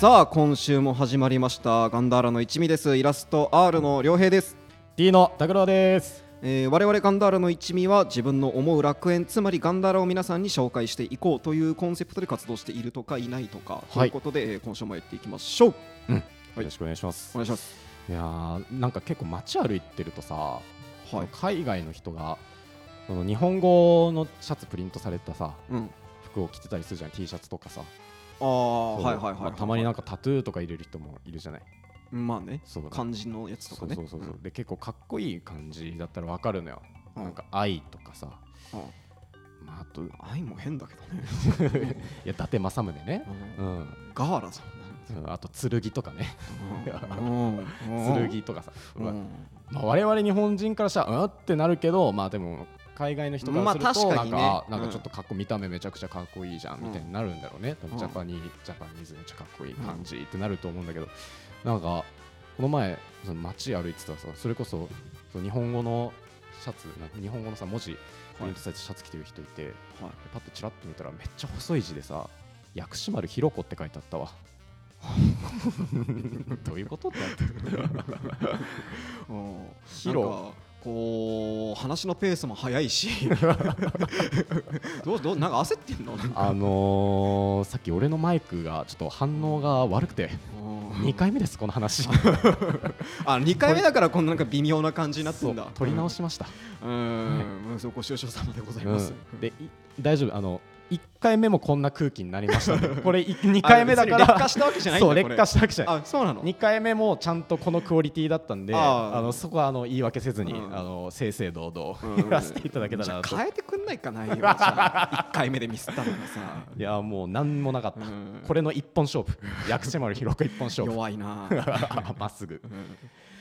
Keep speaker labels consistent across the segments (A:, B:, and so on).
A: さあ今週も始まりましたガンダーラの一味ですイラスト R の良平です
B: D の拓郎です
A: えー我々ガンダーラの一味は自分の思う楽園つまりガンダーラを皆さんに紹介していこうというコンセプトで活動しているとかいないとか、ということで、えー今週もやっていきましょうい
B: よろしくお願いします
A: お願いします
B: いやーなんか結構街歩いてるとさ、
A: はい
B: 海外の人がその日本語のシャツプリントされたさ
A: うん
B: 服を着てたりするじゃん T シャツとかさ
A: ああ
B: そう
A: はいはいはい、
B: まあたまになんかタトゥーとか入れる人もいるじゃない
A: まあね
B: そう
A: 漢字のやつと
B: そ
A: か
B: う
A: ね
B: そうそうそうで結構かっこいい感じだったらわかるのよ、
A: うん
B: なんか愛とかさ
A: うん
B: まああとい
A: 愛も変だけどね、
B: や伊達政宗ねうん
A: ガーラさん
B: うんあと剣とかね
A: うんうん
B: 剣とかさ、う
A: う
B: わ
A: ん
B: まあ、我々日本人からしたらうんってなるけどまあでも海外の人からすると
A: まあ確
B: な
A: か
B: ん
A: に
B: か,、
A: ね
B: なん
A: う
B: か
A: ん
B: ちょっとかっこ見た目めちゃくちゃかっこいいじゃんみたいになるんだろうね、多分ジャパニージャパニーズめっちゃかっこいい感じってなると思うんだけど、なんかこの前その街歩いてたらさそれこそその日本語のシャツなんか日本語のさ文字プリントされたシャツ着てる人いて、
A: はい
B: パッとチラッと見たらめっちゃ細い字でさ薬師丸ひろ子って書いてあっ たわどういうことってなって
A: うん
B: ヒ
A: なん
B: ロ
A: かこう話のペースも早い しどうどうなんか焦ってんのなんか
B: あのー、さっき俺のマイクがちょっと反応が悪くて
A: うん
B: 2回目ですこの話
A: あ二回目だからこんななんか微妙な感じになって
B: そ
A: ん
B: う
A: だ
B: 取り直しました、
A: うんうんうんそうご愁傷様でございます、
B: うんでい大丈夫あの1回目もこんな空気になりまし たねこれ2回目だか
A: あ別に劣化
B: ら
A: したわけじゃないんだ
B: そ
A: こ
B: う劣
A: れ
B: 化したわけじゃない
A: あそうなの
B: 2回目もちゃんとこのクオリティだったんで
A: あー
B: あのそこはあの言い訳せずに、
A: うん
B: あの正々堂々
A: うん
B: 言わせていただけたらな
A: じ
B: と
A: ゃあ変えてくんないか ないよじゃあ一回目でミスったのがさ
B: いやもう何もなかった、
A: うん
B: これの一本勝負薬師丸ひろ子一本勝負
A: 弱いな
B: まっすぐ。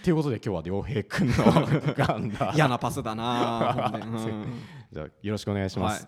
B: ということで今日は良平君の ガンダー
A: 嫌なパスだなほんで うん
B: じゃあよろしくお願いします。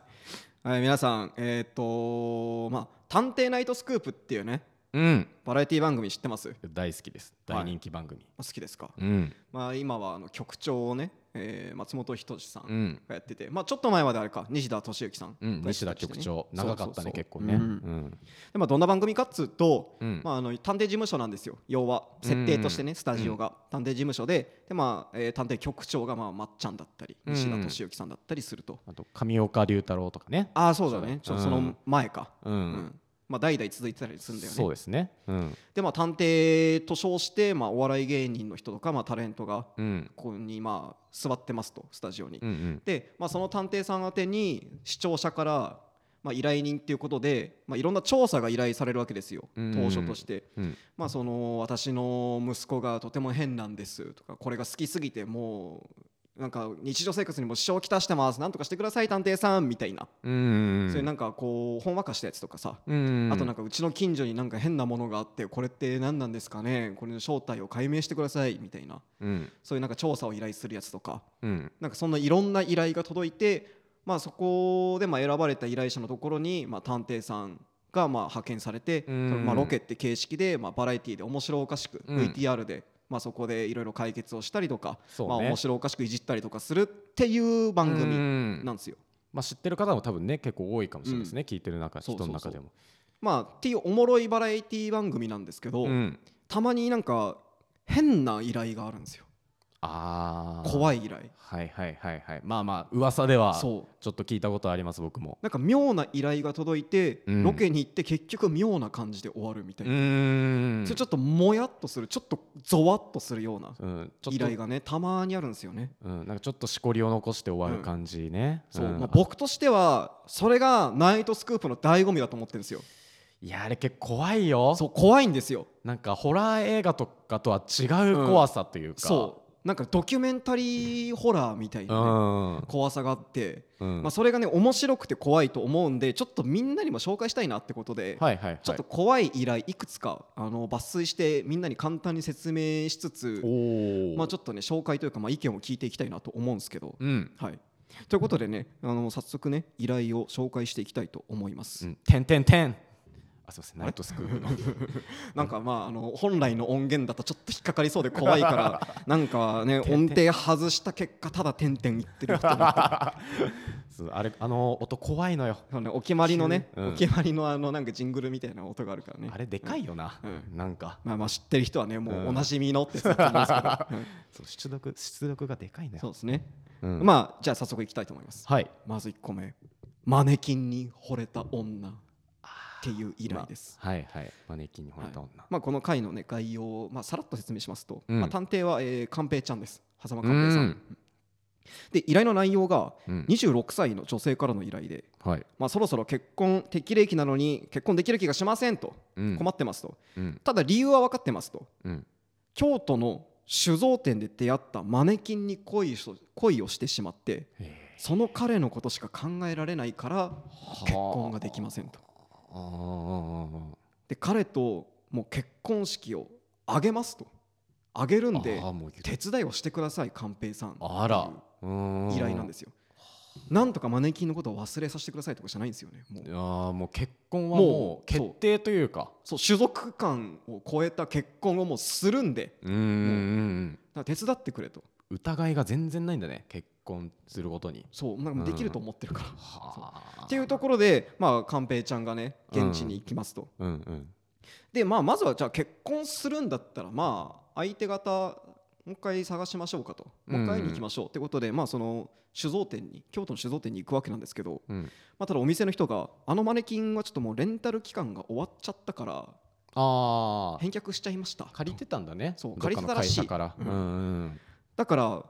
A: はい、はい、皆さんえっ、とまあ探偵ナイトスクープっていうね
B: うん
A: バラエティ番組知ってます
B: 大好きです
A: はい
B: 大人気番組。
A: 好きですか、
B: うん
A: まあ今はあの局長をね、えー松本人志さん
B: うん
A: がやってて、まあちょっと前まであれか西田敏行さん
B: うん
A: がやってた
B: 西田
A: りしてね、
B: 局長長かったね結構ね。
A: う
B: うんん
A: でまあどんな番組かっつうと、
B: うん
A: まああの探偵事務所なんですよ要は
B: うん
A: 設定としてね、スタジオが、探偵事務所ででまあ、えー探偵局長がまあまっちゃんだったり
B: うん
A: 西田敏行さんだったりすると、
B: あと上岡龍太郎とかね。
A: ああそうだねち
B: そ
A: ょ
B: うだね
A: その前か、
B: う
A: うん
B: ん
A: まあ代々続いてたりするんだよね
B: そうですね。うん
A: でまあ探偵と称して、まあ、お笑い芸人の人とか、まあ、タレントが
B: うん
A: ここにまあ座ってますとスタジオに、
B: うんうん
A: で、まあ、その探偵さん宛てに視聴者から、まあ、依頼人っていうことで、まあ、いろんな調査が依頼されるわけですよ
B: うん
A: 当初として、
B: うん
A: まあ、その私の息子がとても変なんですとかこれが好きすぎてもうなんか日常生活にも支障をきたしてますなんとかしてください探偵さんみたいな、
B: うんうん
A: そういううんなんかこうほんわかしたやつとかさ、
B: うん
A: あとなんかうちの近所になんか変なものがあってこれって何なんですかねこれの正体を解明してくださいみたいな
B: うん
A: そういうなんか調査を依頼するやつとか
B: うん
A: なんかそんないろんな依頼が届いて、まあ、そこでまあ選ばれた依頼者のところにまあ探偵さんがまあ派遣されて、
B: うん
A: そのまあロケって形式でまあバラエティで面白おかしく
B: うん
A: VTR で、まあ、そこでいろいろ解決をしたりとか、
B: そう
A: ま
B: ね
A: あ、面白おかしくいじったりとかするっていう番
B: う
A: 組
B: ん
A: なんですよ。
B: まあ知ってる方も多分ね結構多いかもしれないですね聞いてる中
A: そ
B: 人
A: うそう
B: の
A: そう
B: 中でも。
A: まあ、っていうおもろいバラエティ番組なんですけど、
B: うん
A: たまになんか変な依頼があるんですよ
B: ああ
A: 怖い依頼
B: はいはいはいはいまあまあ噂ではちょ
A: そう
B: っと聞いたことあります僕も
A: なんか妙な依頼が届いて、
B: うん
A: ロケに行って結局妙な感じで終わるみたいな、
B: ん
A: それちょっともやっとするちょっとゾワッとするような
B: うんちょっ
A: 依
B: と
A: 頼がねたまにあるんですよね、
B: うんなんかちょっとしこりを残して終わる感じね
A: そう
B: うん
A: まあ、僕としてはそれがナイトスクープの醍醐味だと思ってるんですよ
B: いやあれ結構怖いよ
A: そう怖いんですよ
B: なんかホラー映画とかとは違う怖さというか
A: そうなんかドキュメンタリーホラーみたいなね、
B: ん
A: 怖さがあって、
B: うん
A: まあ、それがね面白くて怖いと思うんでちょっとみんなにも紹介したいなってことで、
B: はいはいはい
A: ちょっと怖い依頼いくつかあの抜粋してみんなに簡単に説明しつつ
B: おお
A: まあ、ちょっとね紹介というか、まあ、意見を聞いていきたいなと思うんですけど。
B: うん
A: はい、ということでねあの早速ね依頼を紹介していきたいと思います。
B: うんてんてんてんあすいませんナイトスクールの
A: なんかまああの本来の音源だとちょっと引っかかりそうで怖いから なんかね音程外した結果ただ点々言ってる人 になって
B: そうあれあの音怖いのよ
A: そうねお決まりのね、
B: うん
A: お決まりのあのなんかジングルみたいな音があるからね
B: あれでかいよな、
A: うん
B: なんか
A: まあまあ知ってる人はねもう
B: うん
A: おなじみのってずっと言い ますから、うん
B: そう出力出力がでかいのよ
A: そうですね、
B: うん
A: まあじゃあ早速いきたいと思います
B: はい
A: まず1個目マネキンに惚れた女っていう依頼です、
B: まあはいはいマネキンに惚れた女、
A: まあ、この回の、ね、概要を、まあ、さらっと説明しますと、
B: うん
A: まあ、探偵は、えー、寛平ちゃんです狭間
B: う
A: 寛平さん、
B: ん
A: で依頼の内容が
B: うん
A: 26歳の女性からの依頼で、
B: はい、
A: まあ、そろそろ結婚適齢期なのに結婚できる気がしませんと
B: うん
A: 困ってますと、
B: うん
A: ただ理由は分かってますと
B: うん
A: 京都の酒造店で出会ったマネキンに恋し恋をしてしまって
B: へ
A: その彼のことしか考えられないから
B: ー
A: 結婚ができませんと
B: あー
A: で彼ともう結婚式を挙げますと挙げるんで
B: あーもう
A: 手伝いをしてください寛平さん
B: あら依
A: 依頼なんですすよなんとかマネキンのことを忘れさせてくださいとかじゃないんですよねもう
B: いやーもう結婚は
A: もう
B: もう決定というか
A: そう種族間を超えた結婚をもうするんで
B: うーん
A: だから手伝ってくれと
B: 疑いが全然ないんだね結婚することに
A: そうなんかもうできると思ってるから、
B: っ
A: っていうところで、まあ、寛平ちゃんがね現地に行きますと、
B: うんうん
A: で、まあ、まずはじゃあ結婚するんだったらまあ相手方もう一回探しましょうかともう一回会いに行きましょうってことで、まあ、その酒造店に京都の酒造店に行くわけなんですけど、
B: うん
A: まあ、ただお店の人があのマネキンはちょっともうレンタル期間が終わっちゃったから
B: ああ
A: 返却しちゃいました
B: 借りてたんだね
A: そう
B: どっかの会社から
A: 借り
B: うん
A: てた
B: う
A: らしい
B: ん
A: だから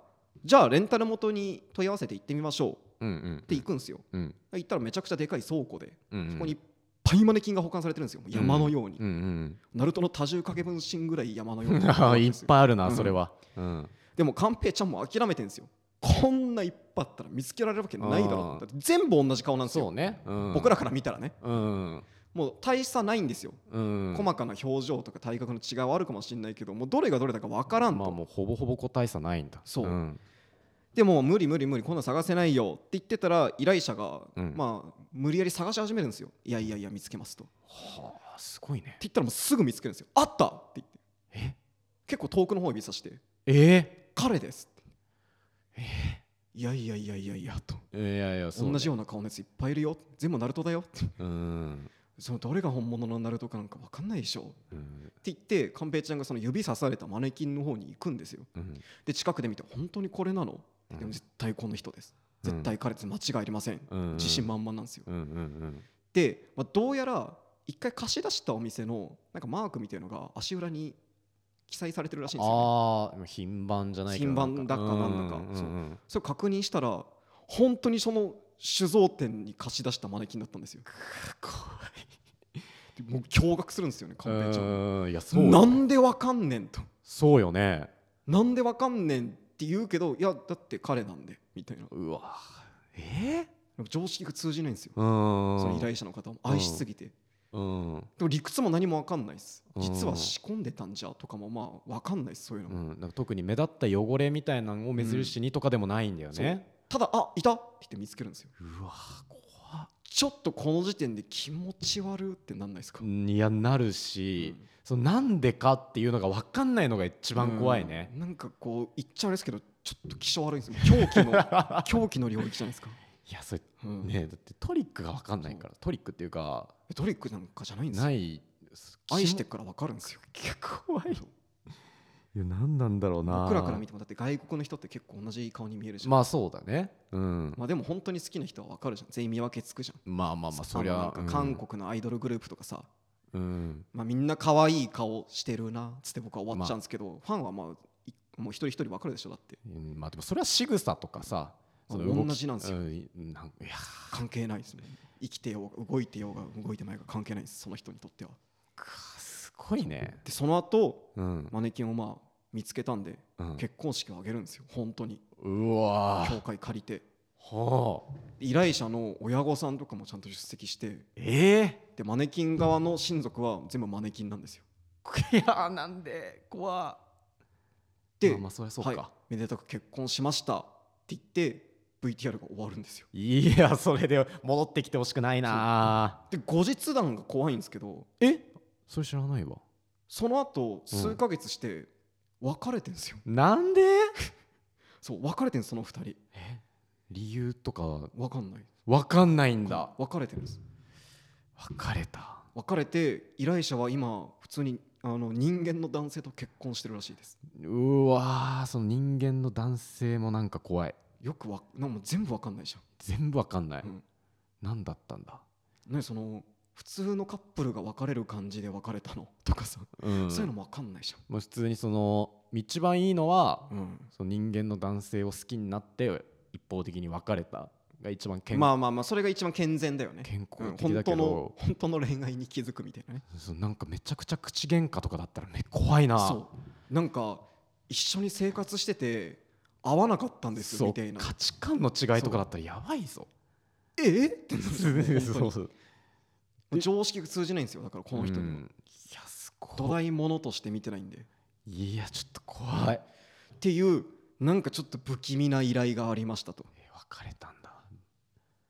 A: じゃあレンタル元に問い合わせて行ってみましょうっ
B: うんうん
A: て行くんですよ
B: うん
A: 行ったらめちゃくちゃでかい倉庫で
B: うん
A: そこにいっぱいマネキンが保管されてるんですよもう山のように、
B: うんうん
A: ナルトの多重掛け分身ぐらい山のよう
B: う
A: に
B: ん あーいっぱいあるな
A: うん
B: それはうん
A: でも寛平ちゃんも諦めてんですよこんないっぱいあったら見つけられるわけないだ
B: あ
A: ろ
B: ー
A: だって全部同じ顔なんです
B: そう
A: よ、
B: ねうん
A: 僕らから見たらね
B: うん
A: もう大差ないんですよ、
B: うん
A: 細かな表情とか体格の違いはあるかもしれないけどもうどれがどれだか分からんと、
B: まあもうほぼほぼ個体差ないんだ
A: そうんでも無理無理無理こんなん探せないよって言ってたら依頼者が、
B: うん
A: まあ無理やり探し始めるんですよいやいやいや見つけますとって
B: はあすごいね
A: 言ったらもうすぐ見つけるんですよあったって言って
B: え
A: 結構遠くの方を指さして
B: え
A: 彼ですっていやいやいやいやいやと
B: ーいやいやそうね
A: 同じような顔のやついっぱいいるよ全部ナルトだよって
B: うん
A: そのどれが本物のナルトかなんか分かんないでしょっ
B: うん
A: て言って寛平ちゃんがその指刺されたマネキンの方に行くんですよ
B: うん
A: で近くで見て本当にこれなのでも絶対この人です
B: うん
A: 絶対彼です間違いありません
B: うん
A: 自信満々なんですよ
B: うんうん
A: で、まあ、どうやら一回貸し出したお店のなんかマークみたいのが足裏に記載されてるらしい
B: うん
A: で
B: ん、
A: すよ、ね、
B: ああ品番じゃないけど
A: 品番だかなんだか
B: うんうんうん
A: それ確認したら本当にその酒造店に貸し出したマネキンだったんですよでもう驚愕するんですよね
B: う
A: 寛平ちゃん
B: んうんいやそうよ
A: なんでわかんねんと
B: そうよね
A: なんでわかんねんって言うけどいやだって彼なんでみたいな
B: うわえ
A: 常識が通じないんですよ
B: ー、うん
A: その依頼者の方も愛しすぎてで
B: うん、
A: も理屈も何もわかんないです
B: うん
A: 実は仕込んでたんじゃとかもまあわかんないですそういうの
B: う
A: も
B: ん、なんか特に目立った汚れみたいなのを目印にとかでもないんだよね、
A: ただあいたって言って見つけるんですよ
B: うわ怖っ
A: ちょっとこの時点で気持ち悪ってなんないですか
B: うんいやなるし、そのなんでかっていうのが分かんないのが一番怖いね、
A: うんなんかこう言っちゃうんですけどちょっと気性悪いんですよ狂気 の狂気の領域じゃないですか
B: いやそれ
A: うん
B: ねだってトリックが分かんないからトリックっていうか
A: トリックなんかじゃないんです
B: な
A: よ
B: い
A: 愛してっからわかるんですよ
B: 怖いいや何なんだろうな
A: 僕らから見てもだって外国の人って結構同じ顔に見えるじゃん、ま
B: まあそうだねうん
A: あ、でも本当に好きな人は分かるじゃん全員見分けつくじゃん
B: まあまあまあそり
A: のな
B: ゃ
A: んか韓国のアイドルグループとかさ、
B: うん
A: まあ、みんな可愛い顔してるなっつって僕は終わっちゃうんですけど、ファンはまあいもう一人一人分かるでしょだって
B: うんまあでもそれは仕草とかさその動き
A: 同じなんですよ
B: うんなんいや
A: 関係ないですね生きてようが動いてようが動いてまいが関係ないですその人にとっては
B: くすごいね
A: でその後
B: うん
A: マネキンをまあ見つけたんで
B: うん
A: 結婚式を挙げるんですよ本当に
B: うわ
A: 教会借りて
B: はあ
A: 依頼者の親御さんとかもちゃんと出席して
B: ええ
A: でマネキン側の親族は全部マネキンなんですよ
B: いやなんで怖っ
A: で、
B: まあまあそりゃそうか
A: はい、めでたく結婚しましたって言って VTR が終わるんですよ
B: いやそれで戻ってきてほしくないな
A: で後日談が怖いんですけど
B: えそれ知らないわ
A: その後数ヶ月して別れてんですよ、
B: なんで
A: そう別れてんですその二人
B: え理由とか
A: 分かんない
B: 分かんないんだ
A: 別れてるんです
B: 別れた
A: 別れて依頼者は今普通にあの人間の男性と結婚してるらしいです
B: うわーその人間の男性もなんか怖い
A: よくわなんかもう全部分かんないじ
B: 全部分かんない、
A: ゃん、うん
B: 何だったんだ、
A: ね、その普通のカップルが別れる感じで別れたのとかさ、
B: うん
A: そういうのも分かんないじ
B: もう普通にその一番いいのは、
A: ゃん、うん
B: その人間の男性を好きになって一方的に別れたが一番健,、
A: まあまあまあそれが一番健全だよね
B: 健
A: う
B: 康
A: ん
B: 的だ
A: 本
B: け
A: 当
B: ど
A: の、本当の恋愛に気づくみたいなね
B: そうなんかめちゃくちゃ口喧嘩とかだったらね怖いな
A: そうなんか一緒に生活してて合わなかったんです
B: そう
A: みたいな
B: 価値観の違いとかだったらやばいぞ
A: ええってなる
B: そ
A: 本
B: う
A: 当に
B: そうそう
A: 常識が通じないんですよだからこの人に
B: う
A: は
B: んいやす
A: 土
B: ごい
A: 台ものとして見てないんでっ
B: いやちょっと怖い
A: ていうなんかちょっと不気味な依頼がありましたと
B: え別れたんだ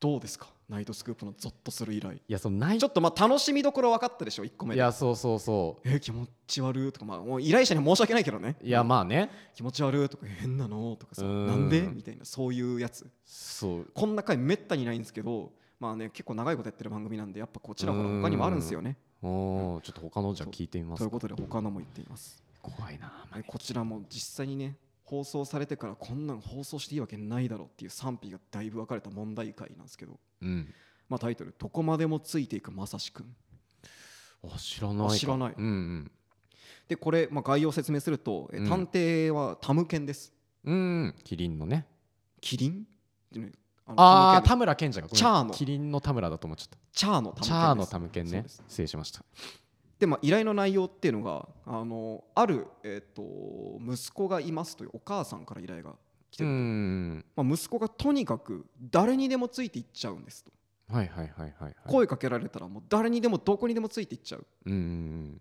A: どうですかナイトスクープのゾッとする依頼
B: いやそのない
A: ちょっとまあ楽しみどころ分かったでしょ1個目
B: い
A: で
B: やそうそうそ
A: えー気持ち悪いとかまあもう依頼者には申し訳ないけどね
B: ういやまあね
A: 気持ち悪いとか変なのとかさ
B: うん
A: なんでみたいなそういうやつ
B: そう
A: こんな回めったにないんですけどまあね結構長いことやってる番組なんでやっぱこちらほら他にもあるんですよね
B: おーちょっと他のじゃあ聞いてみま
A: とい
B: す
A: うことで他のも言っています
B: 怖いな
A: はいこちらも実際にね放送されてからこんなん放送していいわけないだろうっていう賛否がだいぶ分かれた問題回なんですけど
B: うん
A: まあタイトル「どこまでもついていくまさしくん
B: あ知らない
A: あ
B: か
A: 知らない
B: うんうん」
A: でこれまあ概要を説明するとえ
B: うん
A: 探偵はタムケンです
B: うんキリンのね
A: キリンってねあの
B: あ
A: タ
B: あ
A: ムケン
B: 田村健じゃがごめん
A: チャーの
B: キリンの田村だと思っちゃっ
A: チャーの
B: た
A: タムケンです
B: チャーのタムケン
A: そう
B: ね
A: です
B: 失礼しました
A: で、まあ、依頼の内容っていうのがあのある、えっと息子がいますというお母さんから依頼が来て
B: う
A: る、
B: ん
A: まあ、息子がとにかく誰にでもついていっちゃうんですと、
B: はいはいはいはいはい
A: 声かけられたらもう誰にでもどこにでもついていっちゃう
B: うん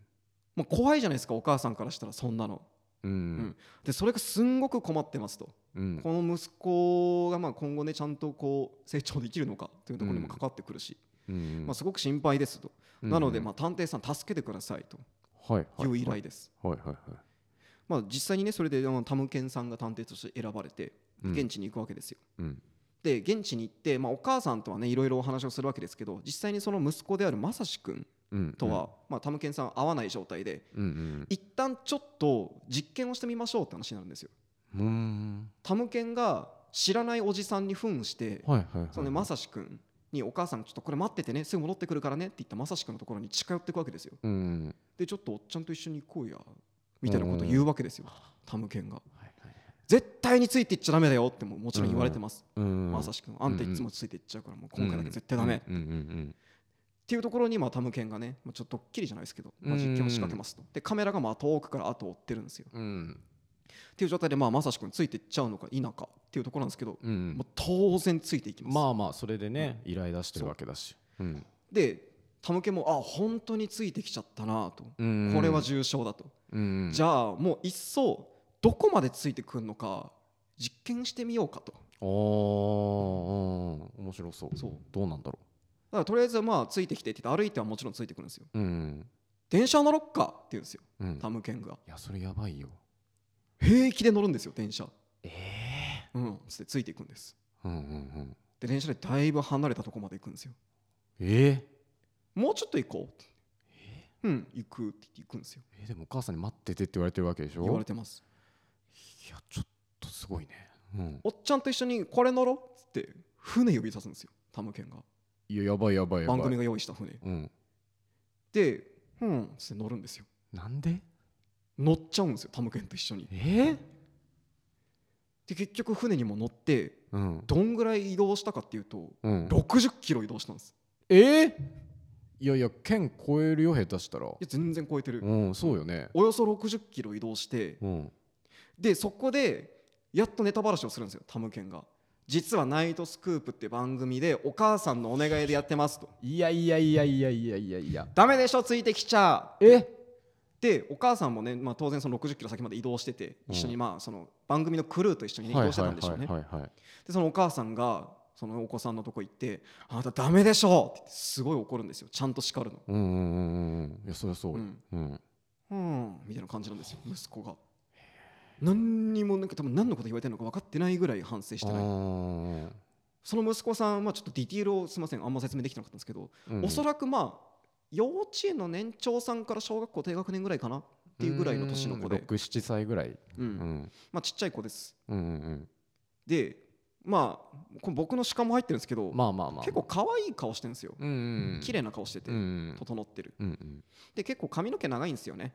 A: もう怖いじゃないですかお母さんからしたらそんなの
B: うんうん
A: でそれがすんごく困ってますと、
B: うん
A: この息子がまあ今後ねちゃんとこう成長できるのかというところにもかかってくるし、
B: うん
A: まあ、すごく心配ですと、
B: うん
A: なのでまあ探偵さん助けてくださいと
B: はいはい
A: いう依
B: は
A: 頼
B: い
A: です、
B: はいはいはい
A: まあ、実際にねそれであのタムケンさんが探偵として選ばれて
B: うん
A: 現地に行くわけですよ。
B: うん
A: で現地に行って、まあ、お母さんとはねいろいろお話をするわけですけど実際にその息子であるまさしくん
B: うん
A: とは、まあ、タムケンさん会わない状態で
B: うん
A: 一旦ちょっと実験をしてみましょうって話になるんですよ。
B: うんうん
A: タムケンが知らないおじさんに扮して、
B: はいはいはい
A: そのねまさしくんにお母さんがちょっとこれ待っててねすぐ戻ってくるからねって言ったまさしくんのところに近寄っていくわけですよ。
B: うん
A: でちょっとおっちゃんと一緒に行こうやみたいなことを言うわけですよタムケンが。
B: はいはい
A: 絶対についていっちゃダメだよってももちろん言われてます、
B: うん
A: まさしくんあんたいつもついていっちゃうからもう今回だけ絶対ダメ、っ
B: うんうんうん
A: ていうところにまあタムケンがね、まあ、ちょっとドッキリじゃないですけど、まあ、
B: うん
A: 実験を仕掛けますとでカメラがまあ遠くから後を追ってるんですよ
B: うんうん
A: っていう状態でまあまさしくんついていっちゃうのか否かっていうところなんですけど、
B: うんうん
A: もう当然ついていきます、
B: まあまあそれでね依頼出してるわけだしうん
A: でタムケンもあ本当についてきちゃったなと、
B: うん
A: これは重症だと、
B: うん
A: じ
B: ゃ
A: ゃあもういっそどこまでついてくるのか実験してみようかとだ
B: おお面白そう
A: そう
B: どうなんだろ
A: からとりあえずまあついてきてって言って歩いてはもちろんついてくるんですよ
B: ううん
A: 電車乗ろっかって言うんですよ
B: うん
A: タムケンが
B: いやそれやばいよ
A: 平気で乗るんですよ電車
B: ええ
A: うんつってついていくんです
B: うんうんうん
A: で電車でだいぶ離れたとこまで行くんですよ
B: ええ
A: もうちょっと行こうってうん行くって言って行くんですよ
B: えでもお母さんに待っててって言われてるわけでしょ
A: 言われてます
B: いやちょっとすごいねうん
A: おっちゃんと一緒にこれ乗ろっつって船呼び出すんですよタムケンが
B: いややばいやばいやばい
A: 番組が用意した船
B: うん
A: でうんつって乗るんですよ
B: なんで
A: 乗っちゃうんですよタムケンと一緒に
B: ええ
A: で結局船にも乗って
B: うん
A: どんぐらい移動したかっていうと
B: うん
A: 60キロ移動したんです
B: ええいやいや県超えるよ下手したら
A: いや全然超えてる
B: うんそうよね
A: およそ60キロ移動して
B: うん
A: でそこでやっとネタばらしをするんですよタムケンが実は「ナイトスクープ」って番組でお母さんのお願いでやってますと
B: いやいやいやいやいやいやいや
A: ダメでしょついてきちゃ
B: え
A: っでお母さんもね、まあ、当然その6 0キロ先まで移動してて一緒にまあその番組のクルーと一緒にね移動してたんでしょうね
B: はいはいはいはい
A: でそのお母さんがそのお子さんのとこ行って「あなたダメでしょ!」って言ってすごい怒るんですよちゃんと叱るの。
B: うんうんうんうんいやそりゃそう
A: う
B: よ
A: ん
B: うん
A: うんみたいな感じなんですよ息子が何にもなんか多分何のこと言われてるのか分かってないぐらい反省してないその息子さんはちょっとディティールをすみませんあんま説明できてなかったんですけど、おそ
B: らく
A: ら
B: っ
A: くまあ幼稚園の年長さんから小学校低学年ぐらいかなっていうぐらいの年の子で、
B: 67歳ぐらい
A: うん
B: うん
A: まあ、ちっちゃい子です
B: うんうん
A: でまあこ僕の鹿も入ってるんですけど、
B: うんまあまあまあ
A: 結構可愛い顔してるんですよ
B: うんうん
A: 綺麗な顔してて、
B: うんうん
A: 整ってる
B: うんうん
A: で結構髪の毛長いんですよね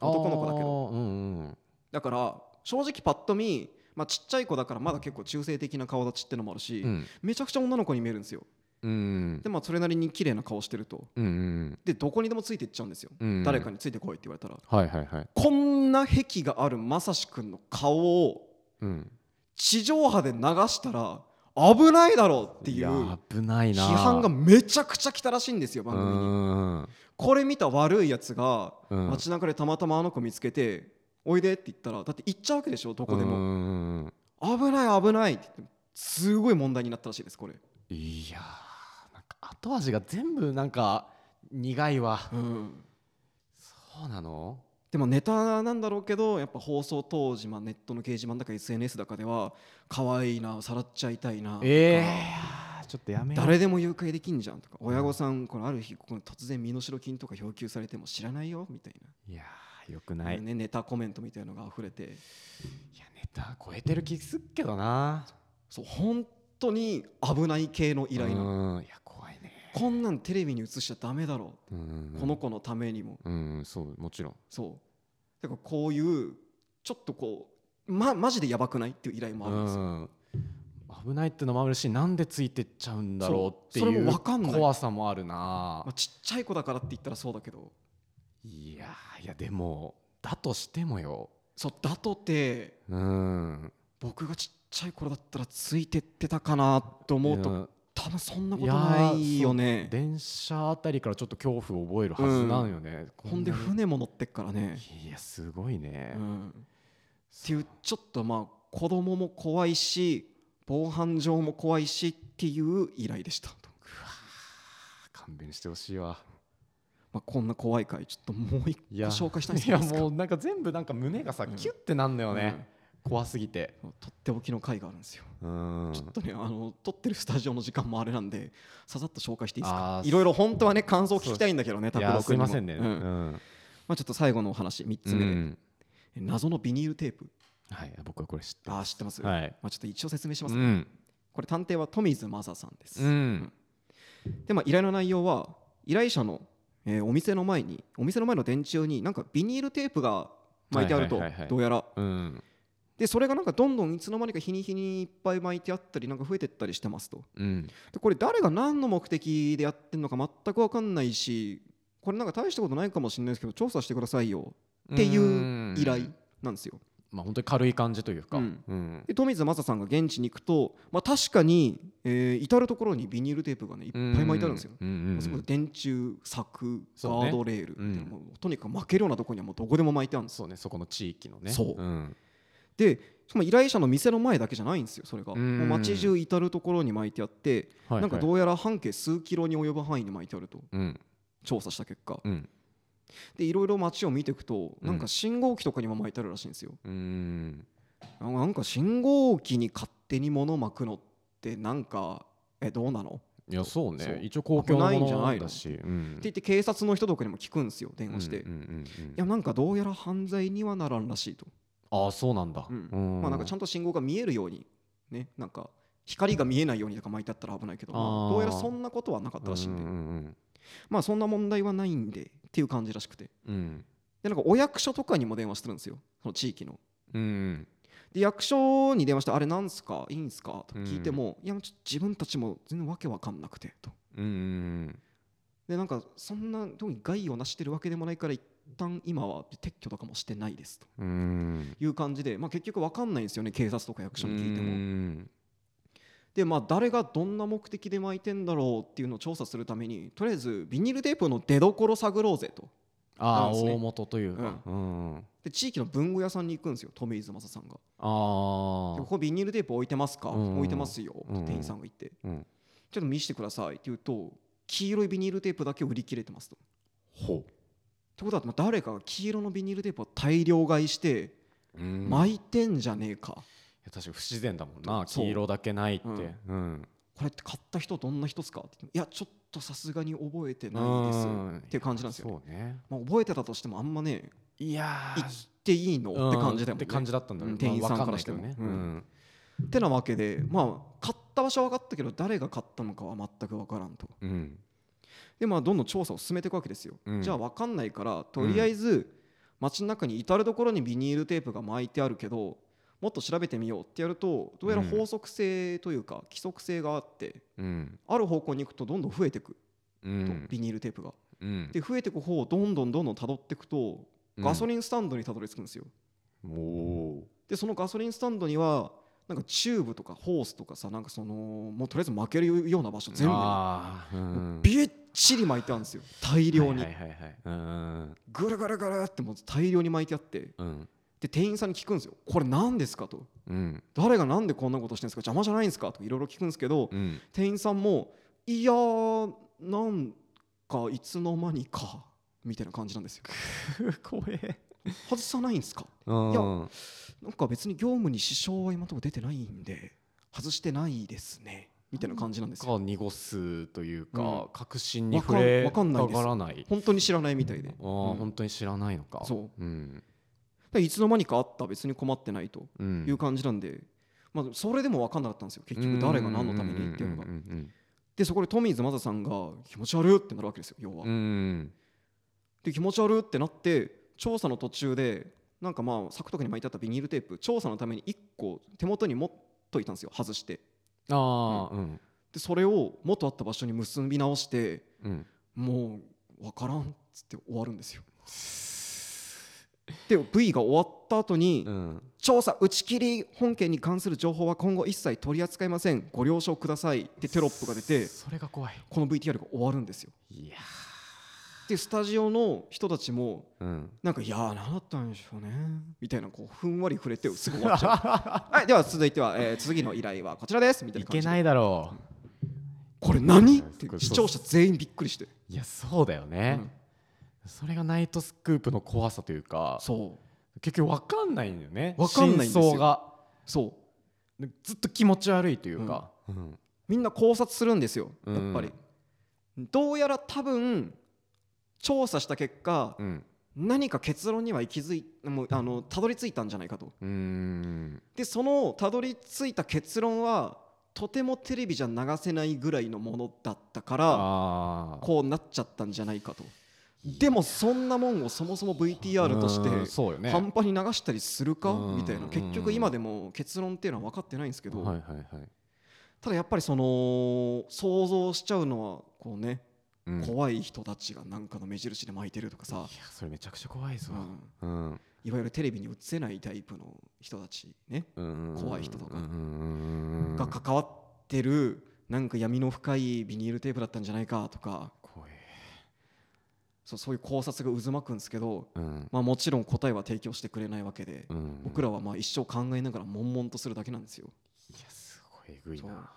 A: 男の子だけど
B: あーうんうん
A: だから正直パッと見、まあ、ちっちゃい子だからまだ結構中性的な顔立ちってのもあるし、
B: うん
A: めちゃくちゃ女の子に見えるんですよ
B: うん
A: でまあそれなりに綺麗な顔してると
B: うんうん
A: でどこにでもついていっちゃうんですよ、
B: うん
A: 誰かについてこいって言われたら
B: はいはいはい
A: こんな癖があるまさしくんの顔を
B: うん
A: 地上波で流したら危ないだろうっていう
B: や危ない
A: 批
B: な
A: 判がめちゃくちゃ来たらしいんですよ番組に
B: 番
A: これ見た悪いやつが
B: 組に
A: 街中でたまたまあの子見つけておいでって言ったらだって行っちゃうわけでしょどこでも
B: も
A: 危ない危ないって言ってすごい問題になったらしいですこれ
B: いやーなんか後味が全部なんか苦いわ
A: うん
B: そうなの
A: でもネタなんだろうけどやっぱ放送当時、まあ、ネットの掲示板だか SNS だかでは可愛いなさらっちゃいたいな
B: え
A: とか
B: えちょっとやめよう
A: 誰でも誘拐できんじゃんとか親御さんこのある日ここに突然身代金とか要求されても知らないよみたい
B: いやーよく
A: な、
B: ない、
A: ね、ネタコメントみたいのが溢れて
B: いやネタ超えてる気すっけどな
A: そう本当に危ない系の依頼なの
B: うんいや怖いね
A: こんなんテレビに映しちゃダメだろ
B: うん
A: この子のためにも
B: うんそうもちろん
A: そうだからこういうちょっとこうまマジでやばくないっていう依頼もあるんですよ
B: うん危ないってのもあるしなんでついてっちゃうんだろうって
A: そうそれ
B: い
A: も
B: う
A: わかんない
B: 怖さもあるな
A: まあ、ちっちゃい子だからって言ったらそうだけど
B: いやーいやでもだとしてもよ
A: そうだとて
B: うん
A: 僕がちっちゃい頃だったらついてってたかなと思う
B: い
A: と
B: や
A: 多分そんなことないよね
B: 電車あたりからちょっと恐怖を覚えるはずなんよね、
A: ほんで
B: こなに
A: 船も乗ってっからね、
B: いやすごいね、
A: うん、っていうちょっとまあ子供も怖いし防犯上も怖いしっていう依頼でしたと、
B: 勘弁してほしいわ
A: まあ、こんな怖い回ちょっともう一個
B: いや
A: 紹介したいんです
B: い
A: けどい
B: や
A: いですか
B: もうなんか全部なんか胸がさ、
A: うん
B: キュッてなんだよね、怖すぎて
A: うんとっておきの回があるんですよ
B: うん
A: ちょっとね、あの撮ってるスタジオの時間もあれなんで、ささっと紹介していいですか
B: あ。ー
A: いろいろ本当はね、感想を聞きたいんだけどね、
B: い
A: 拓
B: や
A: 郎
B: す
A: 君
B: い
A: にも
B: ませんね
A: う
B: うん
A: ま
B: ん、
A: あちょっと最後のお話、三つ
B: う
A: 目で、
B: ん
A: 謎のビニールテープ。
B: はい僕はこれ知って
A: あ
B: ま
A: ー、知ってます。
B: す
A: ま
B: はい
A: あちょっと一応説明しま
B: う
A: す。
B: ん
A: これ探偵は富水正さんです
B: う。ん
A: で、まあ依頼の内容は依頼者のえーお店の前に、お店の前の電柱になんかビニールテープが巻いてあると
B: はいはいはいは、い
A: どうやら。
B: うん
A: で、それがなんかどんどんいつの間にか日に日にいっぱい巻いてあったり、なんか増えてったりしてますと。
B: うん
A: でこれ誰が何の目的でやってるのか全く分かんないしこれなんか大したことないかもしれないですけど調査してくださいよっていう依頼なんですよ。
B: まあ本当に軽い感じというか
A: うん
B: うん
A: で富水正さんが現地に行くと、まあ、確かに、えー至る所にビニールテープがねいっぱい巻いてあるんですよ。
B: うんうんうん
A: そこで電柱、柵、ガ
B: そうね
A: ードレール、
B: うん
A: もうとにかく巻けるようなところにはもうどこでも巻いてあるんですよ。
B: そうねそこの地域のね
A: そう
B: うん
A: でしかも依頼者の店の前だけじゃないんですよ、それが。
B: うん
A: もう街中至る所に巻いてあって、
B: はい
A: なんか
B: は
A: どうやら半径数キロに及ぶ範囲で巻いてあると
B: いうん
A: 調査した結果、
B: うん
A: でいろいろ街を見ていくと
B: うん
A: なんか信号機とかにも巻いてあるらしいんですよ、
B: うん
A: あなんか信号機に勝手に物巻くのってなんかえどうなの、って
B: いやそう
A: そう
B: ね一応公共のも
A: 危ないんじゃ
B: の
A: な
B: ないん
A: の
B: だしうん
A: 言って警察の人とかにも聞くんですよ電話して、
B: うんうんうんうん
A: いやなんかどうやら犯罪にはならんらしいと、
B: ああそうなんだ
A: うんまあ、なんかちゃ
B: ん
A: んと信号が見えるようにねなんか光が見えないようにとか巻いてあったら危ないけど、まあ
B: あー
A: どうやらそんなことはなかったらしいんで、
B: うん
A: まあそんな問題はないんでっていう感じらしくて
B: うんうん
A: でなんかお役所とかにも電話してるんですよその地域の
B: うんうん
A: で役所に電話して「あれなんすかいいんすか?」とか聞いても「いやちょっと自分たちも全然わけわかんなくて」と。
B: うんうん
A: でなんかそんな特に害をなしてるわけでもないから一旦今は撤去とかもしてないですと
B: うんうん
A: いう感じで、まあ、結局わかんないんですよね警察とか役所に聞いて
B: う
A: も。
B: ん
A: でまあ誰がどんな目的で巻いてんだろうっていうのを調査するためにとりあえずビニールテープの出どころ探ろうぜと
B: あ
A: なん
B: あ
A: ですね
B: 大元というか、うん
A: で地域の文具屋さんに行くんですよトミーズ正さんがで
B: あ
A: こ
B: あ
A: こビニールテープ置いてますか、
B: うん
A: 置いてますよって店員さんが言って、
B: うん
A: ちょっと見せてくださいって言うと黄色いビニールテープだけ売り切れてますと。
B: ほ
A: ってことはまあ誰かが黄色のビニールテープを大量買いして
B: う、うん、い
A: 巻いてんじゃねえか、
B: や確かに不自然だもんな
A: そう
B: 黄色だけないって、
A: う
B: うんんうん、
A: これって買った人どんな人ですかって言っていやちょっとさすがに覚えてないですっていう感じなんですよ、ね
B: そうね
A: まあ、覚えてたとしてもあんまね
B: いや
A: 行っていいのって感じだよね
B: って感じだったんだろう
A: うん店員さん
B: まあ
A: か
B: わ
A: ら
B: ん
A: しても
B: ないけ
A: う
B: どね、
A: ん
B: うん
A: ってなわけでまあ買った場所は分かったけど誰が買ったのかは全く分からんと
B: うん
A: でまあどんどん調査を進めていくわけですよ、
B: うん
A: じゃあ分かんないからとりあえず街の中に至る所にビニールテープが巻いてあるけどもっと調べてみようってやるとどうやら法則性というか規則性があって
B: うん
A: ある方向に行くとどんどん増えていく
B: う
A: と
B: ん
A: ビニールテープが
B: うん
A: で増えていく方をどんどんどんどん辿っていくとガソリンスタンドにたどり着くんですよ
B: ンおー
A: でそのガソリンスタンドにはなんかチューブとかホースとかさなんかそのもうとりあえず巻けるような場所全部
B: あーうん
A: びっちり巻いてあるんですよ大量に
B: はいはいはいはいうん
A: ぐるぐるぐるってもう大量に巻いてあって
B: うん
A: で店員さんに聞くんですよこれ何ですかと
B: うん
A: 誰がなんでこんなことしてんですか邪魔じゃないんですかとかいろいろ聞くんですけど
B: うん
A: 店員さんもいやーなんかいつの間にかみたいな感じなんですよ
B: 怖え
A: 外さないんですか
B: うん
A: いやなんか別に業務に支障は今のところ出てないんで外してないですねみたいな感じなんですよ
B: か濁すというか、
A: うん
B: 確信に触れ
A: わかんわかんないです
B: たがらない
A: 本当に知らないみたいで
B: あー、
A: うん
B: 本当に知らないのか、
A: そう
B: うん
A: でいつの間にかあった別に困ってないと
B: うん
A: いう感じなんで、まあ、それでも分かんなかったんですよ結局誰が何のためにっていうのが
B: んん
A: でそこでトミーズマザさんが気持ち悪いってなるわけですよ要は、
B: うんうん
A: で気持ち悪いってなって調査の途中でなんかまあ柵とかに巻いてあったビニールテープ調査のために1個手元に持っといたんですよ外して
B: ああうん
A: でそれを元あった場所に結び直して
B: うん
A: もう分からんっつって終わるんですよで V が終わった後に、
B: うん
A: 調査打ち切り本件に関する情報は今後一切取り扱いませんご了承くださいってテロップが出て
B: それが怖い
A: この VTR が終わるんですよ
B: いや
A: でスタジオの人たちも
B: ーうん
A: なんかいやー何だったんでしょうねみたいなこうふんわり触れてすぐ終わっち ゃうはいでは続いては、えー次の依頼はこちらですみたい
B: い
A: な感
B: け
A: じ
B: な
A: で
B: いだろ
A: これ何っ
B: うん
A: て
B: これ
A: 視聴者全員びっくりして
B: ういやそうだよね、それがナイトスクープの怖さというか
A: そう
B: 結局わかんないんだよね
A: わかんないんですよ
B: 真相が
A: そう
B: でずっと気持ち悪いというか、うん
A: みんな考察するんですよやっぱり、どうやら多分調査した結果
B: うん
A: 何か結論には行きづいもうあのたどり着いたんじゃないかと
B: うーん
A: でそのたどり着いた結論はとてもテレビじゃ流せないぐらいのものだったから
B: ああ
A: こうなっちゃったんじゃないかとでもそんなもんをそもそも VTR として
B: そうよね
A: 半端に流したりするか
B: うん
A: みたいな結局今でも結論っていうのは分かってないんですけ
B: はい
A: ど
B: はいはい
A: ただやっぱりその想像しちゃうのはこうね
B: うんい
A: 怖い人たちがなんかの目印で巻いてるとかさ
B: や、それめちゃくちゃ怖いぞ
A: うん
B: うん
A: いわゆるテレビに映せないタイプの人たちね
B: うん
A: 怖い人とか
B: うん
A: が関わってるなんか闇の深いビニールテープだったんじゃないかとか
B: 怖い
A: そうそういう考察が渦巻くんですけど、
B: うん
A: まあ、もちろん答えは提供してくれないわけで
B: うん
A: 僕らはまあ一生考えながら悶々とするだけなんですよ。っ
B: いやすごいえぐい
A: そう
B: な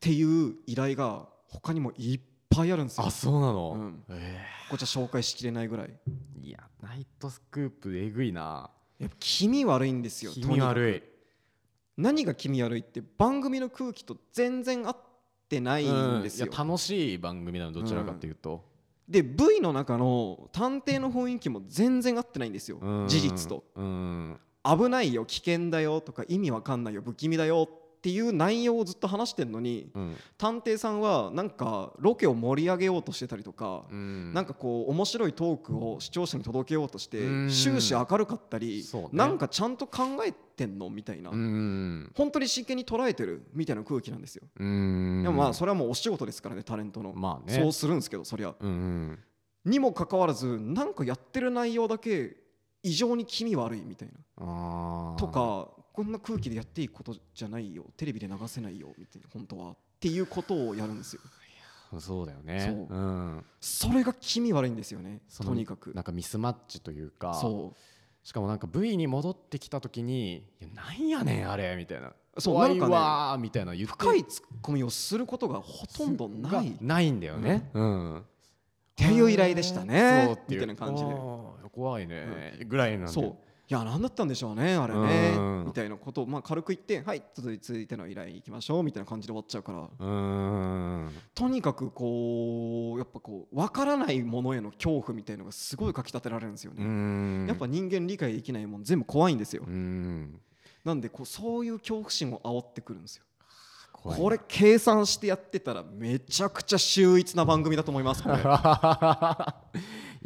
A: ていう依頼が他にもいっぱいあるんですよ。
B: あそうなの
A: うん
B: え
A: こっちは紹介しきれないぐらい。
B: えいやナイトスクープえぐいな
A: やっぱ気味悪いんですよ。
B: 気
A: とに
B: 味
A: かく
B: 悪い
A: 何が気味悪いって番組の空気と全然合ってないんですよ。
B: うんいや楽しい番組なのどちらかというと
A: で V の中の探偵の雰囲気も全然合ってないんですよ、
B: うん
A: 事実と
B: うん
A: 危ないよ危険だよとか意味わかんないよ不気味だよっていう内容をずっと話してるのに
B: うん
A: 探偵さんはなんかロケを盛り上げようとしてたりとか、
B: うん
A: なんかこう面白いトークを視聴者に届けようとして、
B: うん
A: 終始明るかったり、
B: そうね
A: なんかちゃんと考えてんのみたいな、
B: うん
A: 本当に真剣に捉えてるみたいな空気なんですよ、
B: うん
A: でもまあそれはもうお仕事ですからねタレントの、
B: まあね
A: そうするんですけどそりゃ
B: うんうん
A: にもかかわらずなんかやってる内容だけ異常に気味悪いみたいな
B: あー
A: とかこんな空気でやっていいことじゃないよテレビで流せないよみたいな本当はっていうことをやるんですよ
B: そうだよね
A: そう
B: うん、
A: それが気味悪いんですよね
B: その
A: とにかく
B: なんかミスマッチというか
A: そう
B: しかもなんか V に戻ってきた時に「いやなんやねんあれ」みたいな「
A: そう
B: 怖い
A: なんかね
B: わ」みたいな言って
A: 深いツッコミをすることがほとんどないっ
B: がないんだよね、うん
A: ていう依頼でした
B: そう
A: ね
B: っ
A: み
B: てう
A: たいな感じ
B: あ
A: で
B: ー怖いね、ぐらいなんで
A: そういや何だったんでしょうねあれね
B: うん
A: みたいなことをまあ軽く言ってはい続い続いての依頼いきましょうみたいな感じで終わっちゃうから
B: うーん
A: とにかくこうやっぱこう分からないものへの恐怖みたいのがすごいかきたてられるんですよ
B: うー
A: ね。
B: ん
A: やっぱ人間理解できないもん全部怖いんですよ
B: うーん
A: なんでこうそういう恐怖心を煽ってくるんですよ
B: 怖い
A: これ計算してやってたらめちゃくちゃ秀逸な番組だと思います これ
B: い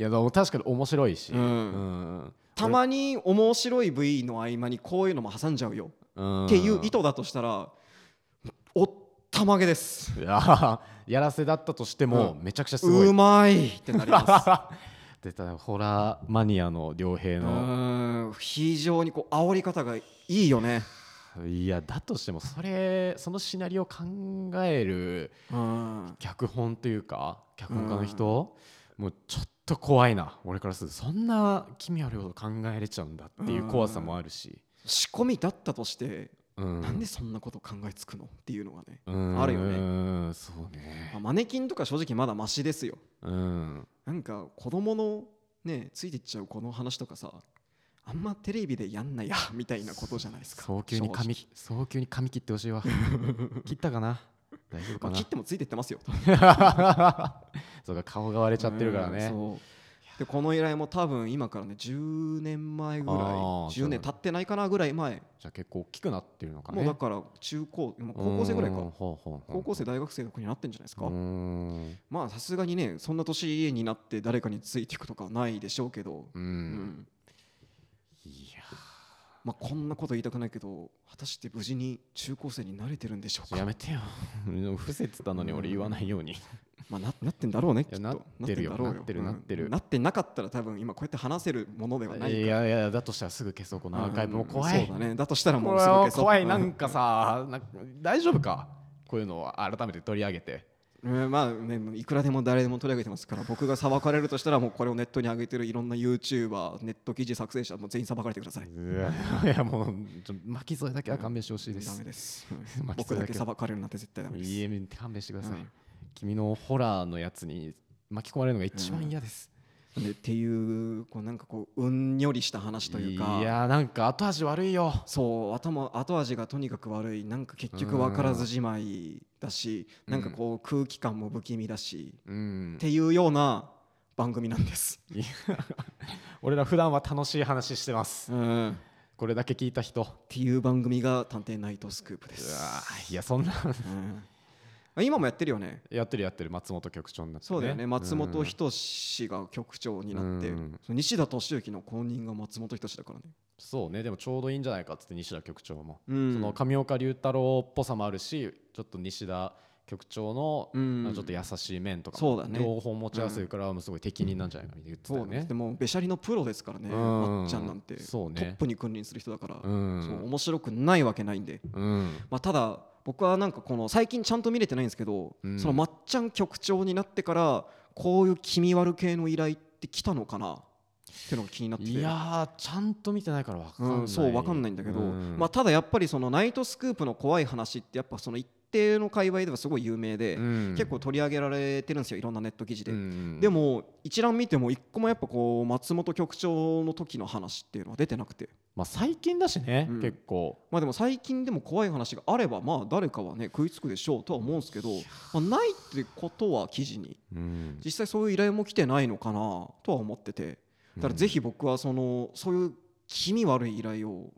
B: やでも確かに面白いし、
A: うん
B: うん
A: たまに面白い V の合間にこういうのも挟んじゃうよ
B: うん
A: っていう意図だとしたらおったまげです
B: いやー やらせだったとしても、
A: うん
B: めちゃくちゃすごいう
A: まいってなり ます
B: 出たホラーマニアの良平
A: う
B: の、
A: ん非常にこう煽り方がいいよね
B: いやだとしてもそれそのシナリオを考える
A: うん
B: 脚本というか脚本家の人、もうちょっと怖いな俺からするとそんな気味悪いこと考えれちゃうんだっていう怖さもあるし、
A: 仕込みだったとして
B: うん
A: なんでそんなこと考えつくのっていうのがね、
B: うん
A: あるよね
B: うんそうね
A: まあマネキンとか正直まだマシですよ
B: うん
A: なんか子供のねついてっちゃうこの話とかさあんまテレビでやんなや みたいなことじゃないですか
B: 早急に
A: 正直
B: 髪早急に髪切ってほしい わ切ったかな大丈夫
A: ま
B: か
A: あ
B: な
A: 切ってもついてってますよ
B: そうか顔が割れちゃってるから
A: うん
B: ね
A: そうでこの依頼も多分今からね10年前ぐらい
B: あー
A: 10年経ってないかなぐらい前
B: じゃあ結構大きくなってるのか
A: も
B: ね
A: うだから中高まあ高校生ぐらい
B: うん
A: か
B: ほうほうほう
A: 高校生大学生とかになってんじゃないですか
B: うーん
A: まあさすがにねそんな年になって誰かについていくとかはないでしょうけど
B: う
A: うんん
B: いや
A: まあこんなこと言いたくないけど果たして無事に中高生になれてるんでしょう
B: ーや
A: か
B: めてよ伏せてたのに俺言わない ように
A: まあななってんだろうねきっ
B: や
A: と
B: なってるよ
A: んだろう
B: なってる
A: うん
B: なってる
A: なってなかったら多分今こうやって話せるものではないから
B: いやいやだとしたらすぐ消そうこのアーカイブもう怖い
A: うんそうだねだとしたらも
B: こ
A: う
B: れ
A: すぐ
B: は
A: 消そう
B: 怖いなんかさなんか大丈夫かこういうのを改めて取り上げて
A: うんまあね、いくらでも誰でも取り上げてますから僕が裁かれるとしたらもうこれをネットに上げてるいろんな YouTuber ネット記事作成者もう全員裁かれてください。
B: いやもうちょ巻き添えだけは勘弁してほしいで
A: ダ
B: す
A: メです
B: うんまあ
A: 僕だけ裁かれるなんて絶対ダメです。
B: いいえ勘弁してください、
A: うん
B: 君のホラーのやつに巻き込まれるのが一番嫌です、
A: でっていうこうなんかこううんよりした話というか
B: いやなんか後味悪いよ
A: そう頭後味がとにかく悪いなんか結局分からずじまいだし
B: うん
A: なんかこう空気感も不気味だし
B: うん
A: っていうような番組なんです。
B: いや俺ら普段は楽しい話してます
A: うんっ
B: これだけ聞いた人
A: ていう番組が「探偵ナイトスクープ」です。
B: いやそんな
A: うん今もやってるよね
B: やってるやってる松本局長になって、ね、
A: そうだよね松本人志が局長になって、
B: うん
A: その西田敏行の後任が松本人志だからね、
B: そうねでもちょうどいいんじゃないかっつって西田局長も、
A: うん
B: その上岡龍太郎っぽさもあるしちょっと西田局長の、
A: うん
B: まあちょっと優しい面とか
A: そうだね
B: 両方持ち合わせるから、もうすごい適任なんじゃないかみたいな
A: そう
B: 言
A: な
B: っ
A: ん
B: て
A: です
B: たよね
A: で。もべしゃりのプロですからね、
B: うん
A: まっちゃんなんて、
B: そうね
A: トップに君臨する人だから、
B: うん
A: そう面白くないわけないんで、
B: うん
A: まあ、ただ僕はなんかこの最近ちゃんと見れてないんですけど、
B: うん
A: そのまっちゃん局長になってからこういう気味悪系の依頼って来たのかなってのが気になってて
B: いやーちゃんと見てないからわかんない、
A: うん、そうわかんないんだけど、
B: うん
A: まあ、ただやっぱりそのナイトスクープの怖い話ってやっぱその一定の界隈ではすごい有名で、
B: うん
A: 結構取り上げられてるんですよいろんなネット記事で、
B: うん
A: でも一覧見ても一個もやっぱこう松本局長の時の話っていうのは出てなくて
B: まあ、最近だしね、
A: うん
B: 結構
A: まあでも最近でも怖い話があればまあ誰かはね食いつくでしょうとは思うんですけど、まあ、ないってことは記事に
B: うん
A: 実際そういう依頼も来てないのかなとは思っててだからぜひ僕はそのそういう気味悪い依頼を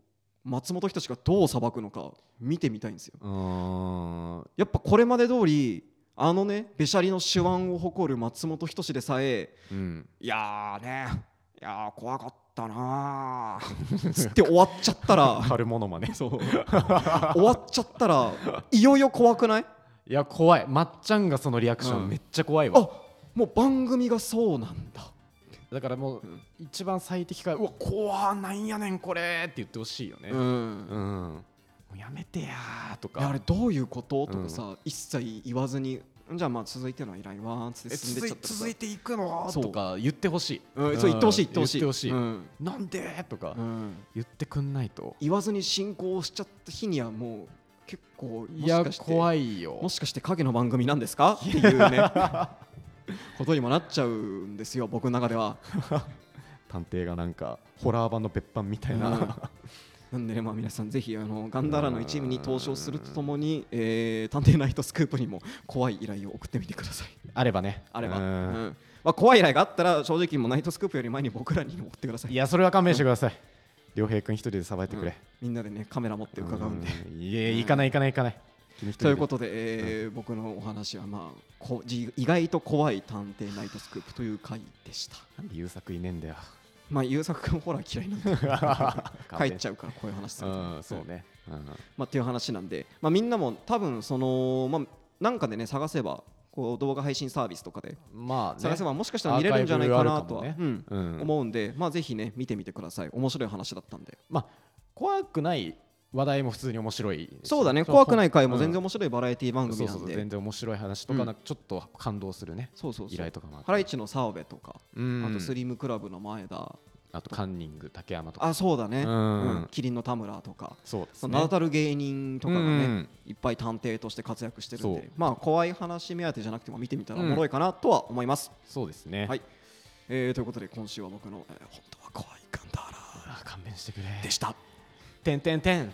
A: 松本人志がどう裁くのか見てみたいんですよ
B: うん
A: やっぱこれまで通りあのねべしゃりの手腕を誇る松本人志でさえ
B: うん
A: いやーねいやー怖かったなーつって終わっちゃったら
B: 春モノ マネそう
A: 終わっちゃったらいよいよ怖くない
B: いや怖いまっちゃんがそのリアクショ
A: うん
B: ンめっちゃ怖いわ、
A: あもう番組がそうなんだ
B: だからもう一番最適化うわ怖ーなんやねんこれって言ってほしいよね
A: うん
B: うんもうやめてやーと
A: いやあ
B: か
A: れどういうこととかさ、一切言わずにじゃあまあ続いての依頼はつって
B: え
A: 進んで
B: 続
A: っちゃ
B: い
A: った
B: 続いていくの
A: そう
B: とか言ってほしい、
A: うんそう言ってほしい言ってほしい
B: 言ってほしい、
A: うん
B: なんでとか
A: うん
B: 言ってくんないと、
A: 言わずに進行しちゃった日にはもう結構も
B: いや
A: しかして
B: 怖いよ
A: もしかして影の番組なんですかっていうねことにもなっちゃうんですよ僕の中では
B: 探偵がなんかホラー版の別版みたいな、
A: うんなんでねまあ皆さんぜひあのガンダーラの一部に投資をするとともに、えー探偵ナイトスクープにも怖い依頼を送ってみてください
B: あればね
A: あれば、
B: う
A: うんんまあ、怖い依頼があったら正直もうナイトスクープより前に僕らに送ってください
B: いやそれは勘弁してください良平君一人でさばいてくれ、
A: みんなでねカメラ持って伺うんで
B: うんいえ行かない行かない行かない君一人で
A: ということで、えー僕のお話は、まあ、こじ意外と怖い探偵ナイトスクープという回でした。
B: なんで優作いねえんだ よ
A: まあ、優作君ホラー嫌いなんで帰っち
B: ゃ
A: ゃうからこういう話すると
B: うんそうね、うん
A: まあ、っていう話なんで、まあ、みんなも多分その、まあ、なんかでね探せばこう動画配信サービスとかで
B: まあ、ね、
A: 探せばもしかしたら見れるんじゃないかなとは、
B: アーカイブある
A: う
B: かも
A: ん
B: ねうん
A: 思うんで、まあ、ぜひね見てみてください面白い話だったんで
B: まあ怖くない話題も普通に面白いし
A: そうだね
B: そ
A: 怖くない回も
B: うん
A: 全然面白いバラエティ番
B: そ
A: 組
B: う
A: な
B: そ
A: ん
B: う
A: で
B: 全然面白い話とか,、
A: うん
B: なんかちょっと感動するね
A: そうそうそう
B: 依頼とかもあって
A: ハライチの澤部とか、
B: うん
A: あとスリムクラブの前田
B: あとカンニング竹山とか
A: あそうだね、
B: うん
A: うんキリンの田村とか、
B: そうです
A: そ
B: ね
A: の名だたる芸人とかがね、
B: うん
A: いっぱい探偵として活躍してるん
B: そう
A: でまあ怖い話目当てじゃなくても見てみたら
B: う
A: お
B: ん
A: もろいかなとは思います、
B: そうですね、
A: はい、えーということで今週は僕の、えー本当は怖いガンダーラ
B: あ勘弁してくれ
A: でした
B: てんてんてん